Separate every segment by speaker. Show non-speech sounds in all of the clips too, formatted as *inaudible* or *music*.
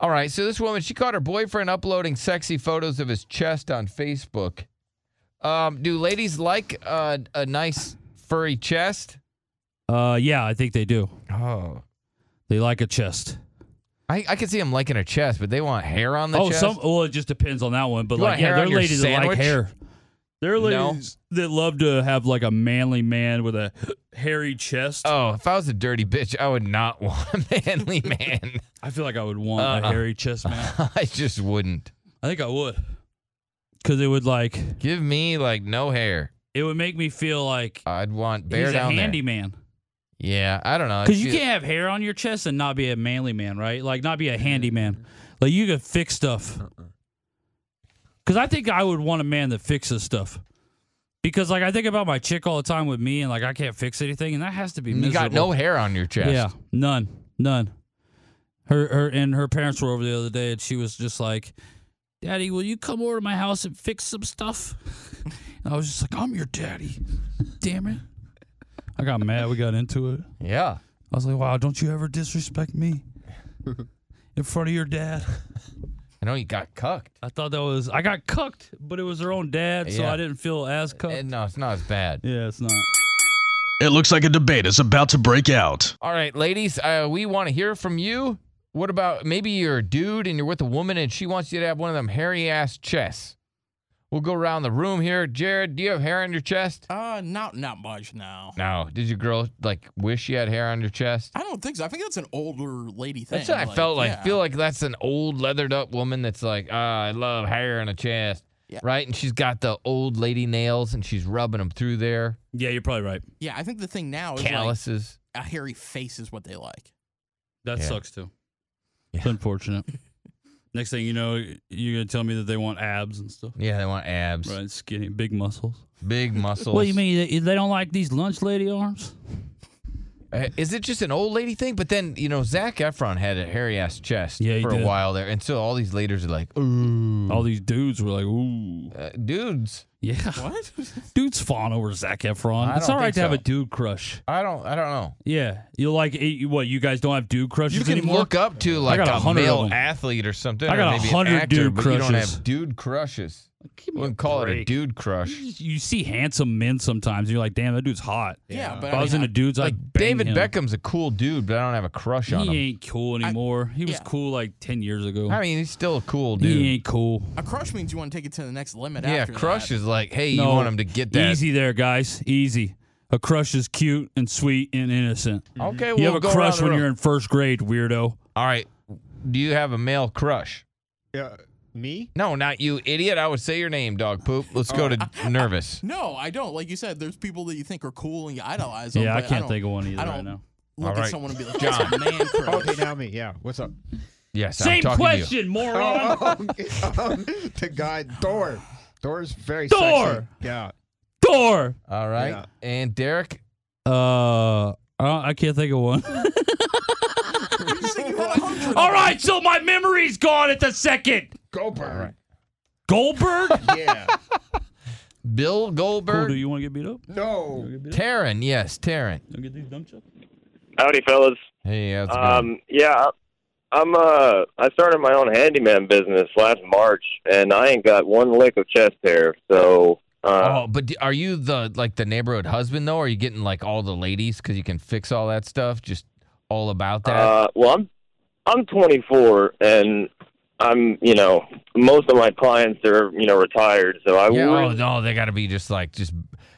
Speaker 1: All right, so this woman, she caught her boyfriend uploading sexy photos of his chest on Facebook. Um, do ladies like uh, a nice furry chest?
Speaker 2: Uh, yeah, I think they do.
Speaker 1: Oh,
Speaker 2: They like a chest.
Speaker 1: I, I could see them liking her chest, but they want hair on the
Speaker 2: oh,
Speaker 1: chest.
Speaker 2: some. Well, it just depends on that one. But
Speaker 1: You
Speaker 2: like,
Speaker 1: want
Speaker 2: yeah,
Speaker 1: hair
Speaker 2: there are
Speaker 1: on your
Speaker 2: ladies that like
Speaker 1: sandwich?
Speaker 2: hair. There are
Speaker 1: No.
Speaker 2: ladies that love to have like a manly man with a hairy chest.
Speaker 1: oh, if I was a dirty bitch, I would not *laughs* want a manly man. *laughs*
Speaker 2: I feel like I would want a
Speaker 1: Uh-uh.
Speaker 2: hairy chest man.
Speaker 1: I just wouldn't.
Speaker 2: I think I would, because it would like
Speaker 1: Give me like no hair.
Speaker 2: it would make me feel like
Speaker 1: I'd want bare
Speaker 2: he's a
Speaker 1: down there.
Speaker 2: handyman.
Speaker 1: Yeah, I don't know.
Speaker 2: Because you
Speaker 1: She-
Speaker 2: can't have hair on your chest and not be a manly man, right? Like not be a
Speaker 1: Mm.
Speaker 2: handyman. Like you can fix stuff. Because I think I would want a man that fixes stuff. Because like I think about my chick all the time with me, and like I can't fix anything, and that has to be
Speaker 1: You
Speaker 2: miserable.
Speaker 1: got no hair on your chest.
Speaker 2: Yeah, none, none. Her, her, and her parents were over the other day, and she was just like, "Daddy, will you come over to my house and fix some stuff?" *laughs* And I was just like, "I'm your daddy, damn it." I got mad. We got into it.
Speaker 1: Yeah.
Speaker 2: I was like, wow, don't you ever disrespect me in front of your dad.
Speaker 1: I know you got cucked.
Speaker 2: I thought that was, I got cucked, but it was her own dad, so
Speaker 1: Yeah.
Speaker 2: I didn't feel as cucked.
Speaker 1: Eh, no, it's not as bad.
Speaker 2: yeah, it's not.
Speaker 3: It looks like a debate is about to break out.
Speaker 1: All right, ladies, uh, we want to hear from you. What about maybe you're a dude and you're with a woman and she wants you to have one of them hairy ass chests? We'll go around the room here. Jared, do you have hair on your chest?
Speaker 4: Uh, not not much now.
Speaker 1: No. Did your girl like wish you had hair on your chest?
Speaker 4: I don't think so. I think that's an older lady thing.
Speaker 1: That's what I felt like.
Speaker 4: yeah.
Speaker 1: Feel like that's an old leathered up woman that's like, ah, I love hair on a chest,
Speaker 4: Yeah.
Speaker 1: right? And she's got the old lady nails and she's rubbing them through there,
Speaker 2: Yeah, you're probably right.
Speaker 4: Yeah, I think the thing now is like
Speaker 1: calluses.
Speaker 4: a hairy face is what they like.
Speaker 2: That
Speaker 1: Yeah.
Speaker 2: sucks too. It's
Speaker 1: Yeah. *laughs*
Speaker 2: unfortunate. Next thing you know, you're going to tell me that they want abs and stuff.
Speaker 1: yeah, they want abs,
Speaker 2: Right, skinny, big muscles.
Speaker 4: *laughs*
Speaker 1: big muscles.
Speaker 2: What do you mean? They- They don't like these lunch lady arms?
Speaker 1: Uh, Is it just an old lady thing? But then you know, Zach Efron had a hairy ass chest
Speaker 2: Yeah, he
Speaker 1: for
Speaker 2: did.
Speaker 1: a while there, and so all these leaders are like, "Uh, "Ooh,
Speaker 2: All these dudes were like,
Speaker 1: Hmm.
Speaker 2: ooh.
Speaker 1: uh, dudes,
Speaker 2: Yeah.
Speaker 4: What?
Speaker 2: *laughs*
Speaker 4: *laughs*
Speaker 2: Dudes fawn over Zach Efron.
Speaker 1: I
Speaker 2: it's
Speaker 1: don't
Speaker 2: all right
Speaker 1: think
Speaker 2: to have
Speaker 1: so.
Speaker 2: a dude crush.
Speaker 1: I don't, I don't know."
Speaker 2: Yeah. You like, eh, what, you guys don't have dude crushes
Speaker 1: You can
Speaker 2: anymore?
Speaker 1: look up to like
Speaker 2: got a
Speaker 1: a
Speaker 2: hundred of
Speaker 1: male
Speaker 2: them.
Speaker 1: athlete or something.
Speaker 2: I
Speaker 1: or
Speaker 2: got a
Speaker 1: maybe an
Speaker 2: hundred
Speaker 1: actor,
Speaker 2: dude
Speaker 1: but you don't
Speaker 2: crushes.
Speaker 1: have dude crushes.
Speaker 2: Give me a
Speaker 1: Wouldn't call it a
Speaker 2: break.
Speaker 1: dude crush.
Speaker 2: you see handsome men sometimes. And you're like, damn, that dude's hot.
Speaker 4: Yeah, but
Speaker 2: if I,
Speaker 4: I
Speaker 2: was
Speaker 4: mean,
Speaker 2: into dudes,
Speaker 1: Like
Speaker 2: I'd bang
Speaker 1: David
Speaker 2: him.
Speaker 1: Beckham's a cool dude, but I don't have a crush on
Speaker 2: He
Speaker 1: him.
Speaker 2: ain't cool anymore. he was
Speaker 4: yeah.
Speaker 2: cool like ten years ago.
Speaker 1: I mean, he's still a cool
Speaker 2: he
Speaker 1: dude.
Speaker 2: ain't cool.
Speaker 4: A crush means you want to take it to the next limit.
Speaker 1: Yeah,
Speaker 4: after
Speaker 1: crush
Speaker 4: that.
Speaker 1: is like, hey, you
Speaker 2: No.
Speaker 1: want him to get that.
Speaker 2: Easy there, guys. Easy. A crush is cute and sweet and innocent.
Speaker 1: Okay,
Speaker 2: You
Speaker 1: we'll
Speaker 2: have
Speaker 1: go
Speaker 2: a
Speaker 1: around
Speaker 2: crush
Speaker 1: the
Speaker 2: when
Speaker 1: room.
Speaker 2: you're in first grade, weirdo.
Speaker 1: All right, do you have a male crush?
Speaker 5: Uh, me?
Speaker 1: No, not you, idiot. I would say your name, dog poop. Let's go
Speaker 2: *laughs*
Speaker 1: to nervous.
Speaker 4: No, I don't. Like you said, there's people that you think are cool and you idolize them.
Speaker 2: Yeah, I
Speaker 4: but
Speaker 2: can't
Speaker 4: don't
Speaker 2: think of one either
Speaker 4: I
Speaker 2: right
Speaker 4: don't-
Speaker 2: now.
Speaker 4: Look
Speaker 1: All
Speaker 4: at
Speaker 1: right.
Speaker 4: someone and
Speaker 1: *laughs*
Speaker 4: be like, John, man,
Speaker 5: *laughs* Oh, okay,
Speaker 4: crush.
Speaker 5: *laughs* now me. Yeah. What's up?
Speaker 1: Yes, I'm
Speaker 2: Same
Speaker 1: talking to you. *laughs*
Speaker 2: question, moron.
Speaker 5: Oh, okay. Um, *laughs* the guy Thor. Thor's very
Speaker 2: Thor!
Speaker 5: sexy. Yeah.
Speaker 2: Door.
Speaker 1: All right,
Speaker 5: Yeah.
Speaker 1: and Derek.
Speaker 2: Uh, uh, I can't think of
Speaker 4: *laughs*
Speaker 2: one.
Speaker 4: You said
Speaker 2: *laughs*
Speaker 4: you had a hundred.
Speaker 2: All right, so my memory's gone at the second.
Speaker 5: Goldberg.
Speaker 2: *laughs* Goldberg.
Speaker 5: Yeah.
Speaker 1: Bill
Speaker 2: cool,
Speaker 1: Goldberg,
Speaker 2: do you want to get beat up?
Speaker 5: *laughs* No.
Speaker 1: Taryn. Yes, Taryn.
Speaker 2: Don't get these dumb chucks.
Speaker 6: Howdy, fellas.
Speaker 1: Hey, how's it going?
Speaker 6: Um, yeah, I'm. Uh, I started my own handyman business last March, and I ain't got one lick of chest hair. So, uh,
Speaker 1: oh, but d- are you the like the neighborhood husband though? Or are you getting like all the ladies because you can fix all that stuff? Just all about that.
Speaker 6: uh, well, I'm I'm 24, and I'm you know most of my clients are you know retired, so I
Speaker 1: yeah. Oh
Speaker 6: really-
Speaker 1: no, they got to be just like just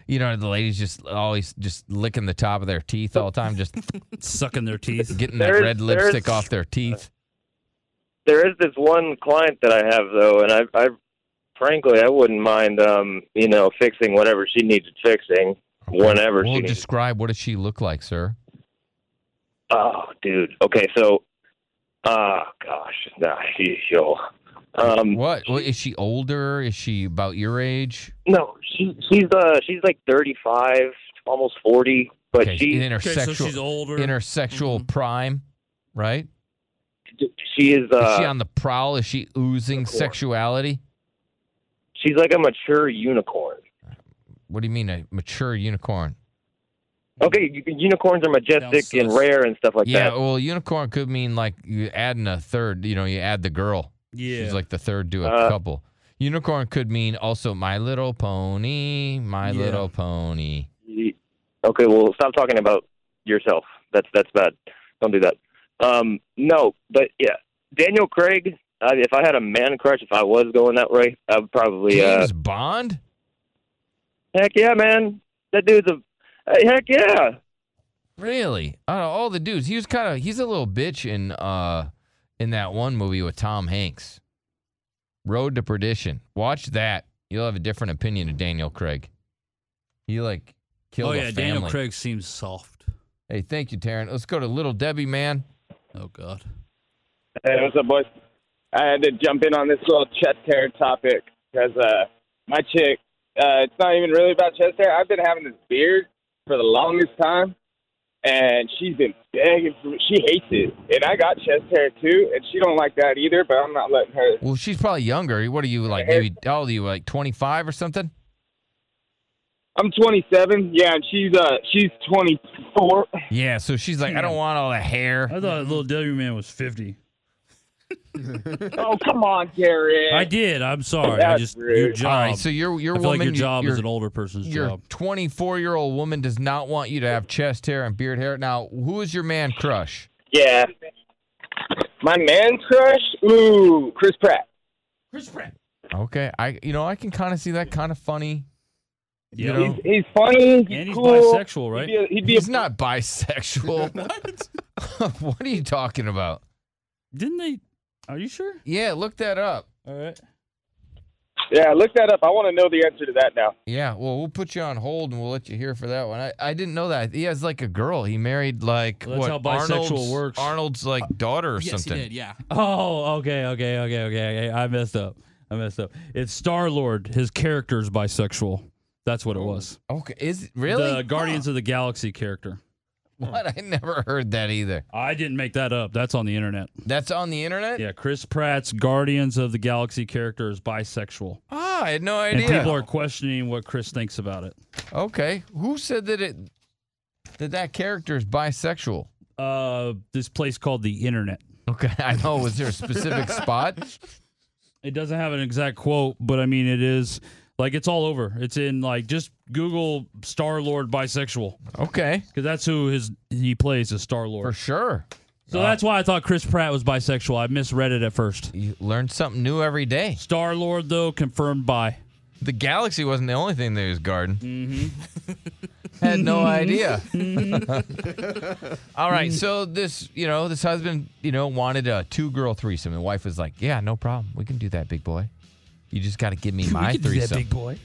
Speaker 1: you know the ladies just always just licking the top of their teeth all the time, just
Speaker 2: Sucking their teeth.
Speaker 1: getting that
Speaker 6: There's-
Speaker 1: red
Speaker 6: there's-
Speaker 1: lipstick off their teeth.
Speaker 6: there is this one client that I have though, and I I frankly I wouldn't mind um you know fixing whatever she needs fixing whenever
Speaker 1: Well,
Speaker 6: she needs
Speaker 1: describe what does she look like, sir?
Speaker 6: Oh, dude. Okay, so, uh, gosh, nah, she, she'll, um,
Speaker 1: What What- is she older? Is she about your age?
Speaker 6: no, she, she's, uh, she's like 35, almost 40, but
Speaker 1: okay,
Speaker 6: she,
Speaker 1: in her
Speaker 2: *laughs* Okay, so she's
Speaker 1: sexual
Speaker 2: older. Mm-hmm.
Speaker 1: in her sexual prime, right?
Speaker 6: she is,
Speaker 1: is she
Speaker 6: uh,
Speaker 1: on the prowl? Is she oozing
Speaker 6: course.
Speaker 1: sexuality?
Speaker 6: she's like a mature unicorn.
Speaker 1: What do you mean a mature unicorn?
Speaker 6: Okay, u- unicorns are majestic
Speaker 2: Sounds
Speaker 6: and
Speaker 2: sus.
Speaker 6: rare and stuff like
Speaker 1: yeah,
Speaker 6: that.
Speaker 1: well, unicorn could mean like you adding a third. You know, you add the girl.
Speaker 2: Yeah.
Speaker 1: She's like the third to a
Speaker 6: Uh,
Speaker 1: couple. Unicorn could mean also my little pony, my
Speaker 2: Yeah.
Speaker 1: little pony.
Speaker 6: Ye- Okay, well, stop talking about yourself. That's that's bad. Don't do that. Um, no, but yeah, Daniel Craig. Uh, if I had a man crush, if I was going that way, I would probably. Uh,
Speaker 1: James Bond?
Speaker 6: heck yeah, man. That dude's a. Hey, heck yeah.
Speaker 1: Really? Out of all the dudes, he was kind of he's a little bitch in uh in that one movie with Tom Hanks. Road to Perdition. Watch that. You'll have a different opinion of Daniel Craig. He like killed
Speaker 2: oh
Speaker 1: a
Speaker 2: yeah,
Speaker 1: family.
Speaker 2: Daniel Craig seems soft.
Speaker 1: Hey, thank you, Taryn. Let's go to Little Debbie, man.
Speaker 2: Oh god.
Speaker 7: Hey, what's up, boys? I had to jump in on this little chest hair topic because uh, my chick, uh, it's not even really about chest hair. I've been having this beard for the longest time, and she's been begging for She hates it, and I got chest hair too, and she don't like that either. But I'm not letting her.
Speaker 1: Well, she's probably younger. What are you like?
Speaker 7: Hey.
Speaker 1: Maybe how old are you? Like twenty five or something?
Speaker 7: I'm 27, yeah, and she's uh she's
Speaker 2: *laughs*
Speaker 7: 24.
Speaker 1: Yeah. So she's like, I don't want all the hair.
Speaker 2: I thought little W man was fifty.
Speaker 7: oh come on, Garrett.
Speaker 2: I did. I'm sorry. I
Speaker 7: That's
Speaker 2: just your
Speaker 7: rude.
Speaker 2: job.
Speaker 1: All right. So your your
Speaker 2: I feel
Speaker 1: woman
Speaker 2: like your
Speaker 1: you-
Speaker 2: job
Speaker 1: your-
Speaker 2: is an older person's
Speaker 1: your
Speaker 2: job.
Speaker 1: 24 year old woman does not want you to have chest hair and beard hair. Now, who is your man crush?
Speaker 7: Yeah. My man crush, ooh, Chris Pratt.
Speaker 1: Okay, I you know I can kind of see that kind of funny. You
Speaker 2: Yeah.
Speaker 1: know,
Speaker 7: He's funny. He's
Speaker 2: And he's
Speaker 7: cool.
Speaker 2: bisexual, right?
Speaker 7: He'd be a, he'd be a
Speaker 1: he's not
Speaker 2: *laughs*
Speaker 1: bisexual. *laughs* what are you talking about?
Speaker 2: *laughs* Didn't they? Are you sure?
Speaker 1: Yeah, look that up.
Speaker 2: All right.
Speaker 7: Yeah, look that up. I want to know the answer to that now.
Speaker 1: Yeah, well, we'll put you on hold and we'll let you hear for that one. I, I didn't know that he has like a girl. He married like
Speaker 2: Well,
Speaker 1: what
Speaker 2: that's how bisexual
Speaker 1: Arnold's,
Speaker 2: works. Uh,
Speaker 1: Arnold's like daughter or
Speaker 4: yes,
Speaker 1: something.
Speaker 4: he did. Yeah.
Speaker 2: Oh, okay, okay, okay, okay. okay. I messed up. I messed up. It's Star Lord. His character is bisexual. That's what it was.
Speaker 1: Okay, is really
Speaker 2: The Guardians of the Galaxy character.
Speaker 1: *laughs* what? I never heard that either.
Speaker 2: I didn't make that up. That's on the internet.
Speaker 1: That's on the internet.
Speaker 2: Yeah, Chris Pratt's Guardians of the Galaxy character is bisexual.
Speaker 1: Ah, I had no
Speaker 2: And
Speaker 1: idea.
Speaker 2: people are questioning what Chris thinks about it.
Speaker 1: Okay. Who said that it that that character is bisexual?
Speaker 2: Uh, this place called the internet.
Speaker 1: Okay, *laughs* I know. Was there a *laughs* specific spot?
Speaker 2: It doesn't have an exact quote, but I mean, it is like it's all over. It's in like just Google Star Lord bisexual
Speaker 1: Okay,
Speaker 2: because that's who his he plays as Star
Speaker 1: for
Speaker 2: Lord.
Speaker 1: sure.
Speaker 2: So that's why I thought Chris Pratt was bisexual. I misread it at first.
Speaker 1: You learn something new every day.
Speaker 2: Star Lord though confirmed by.
Speaker 1: The galaxy wasn't the only thing that he was guarding. Had no idea. *laughs* All right, so this, you know, this husband, you know, wanted a two-girl threesome, *laughs* and wife was like, "Yeah, no problem. We can do that, big boy. You just got to give me my threesome."
Speaker 2: boy.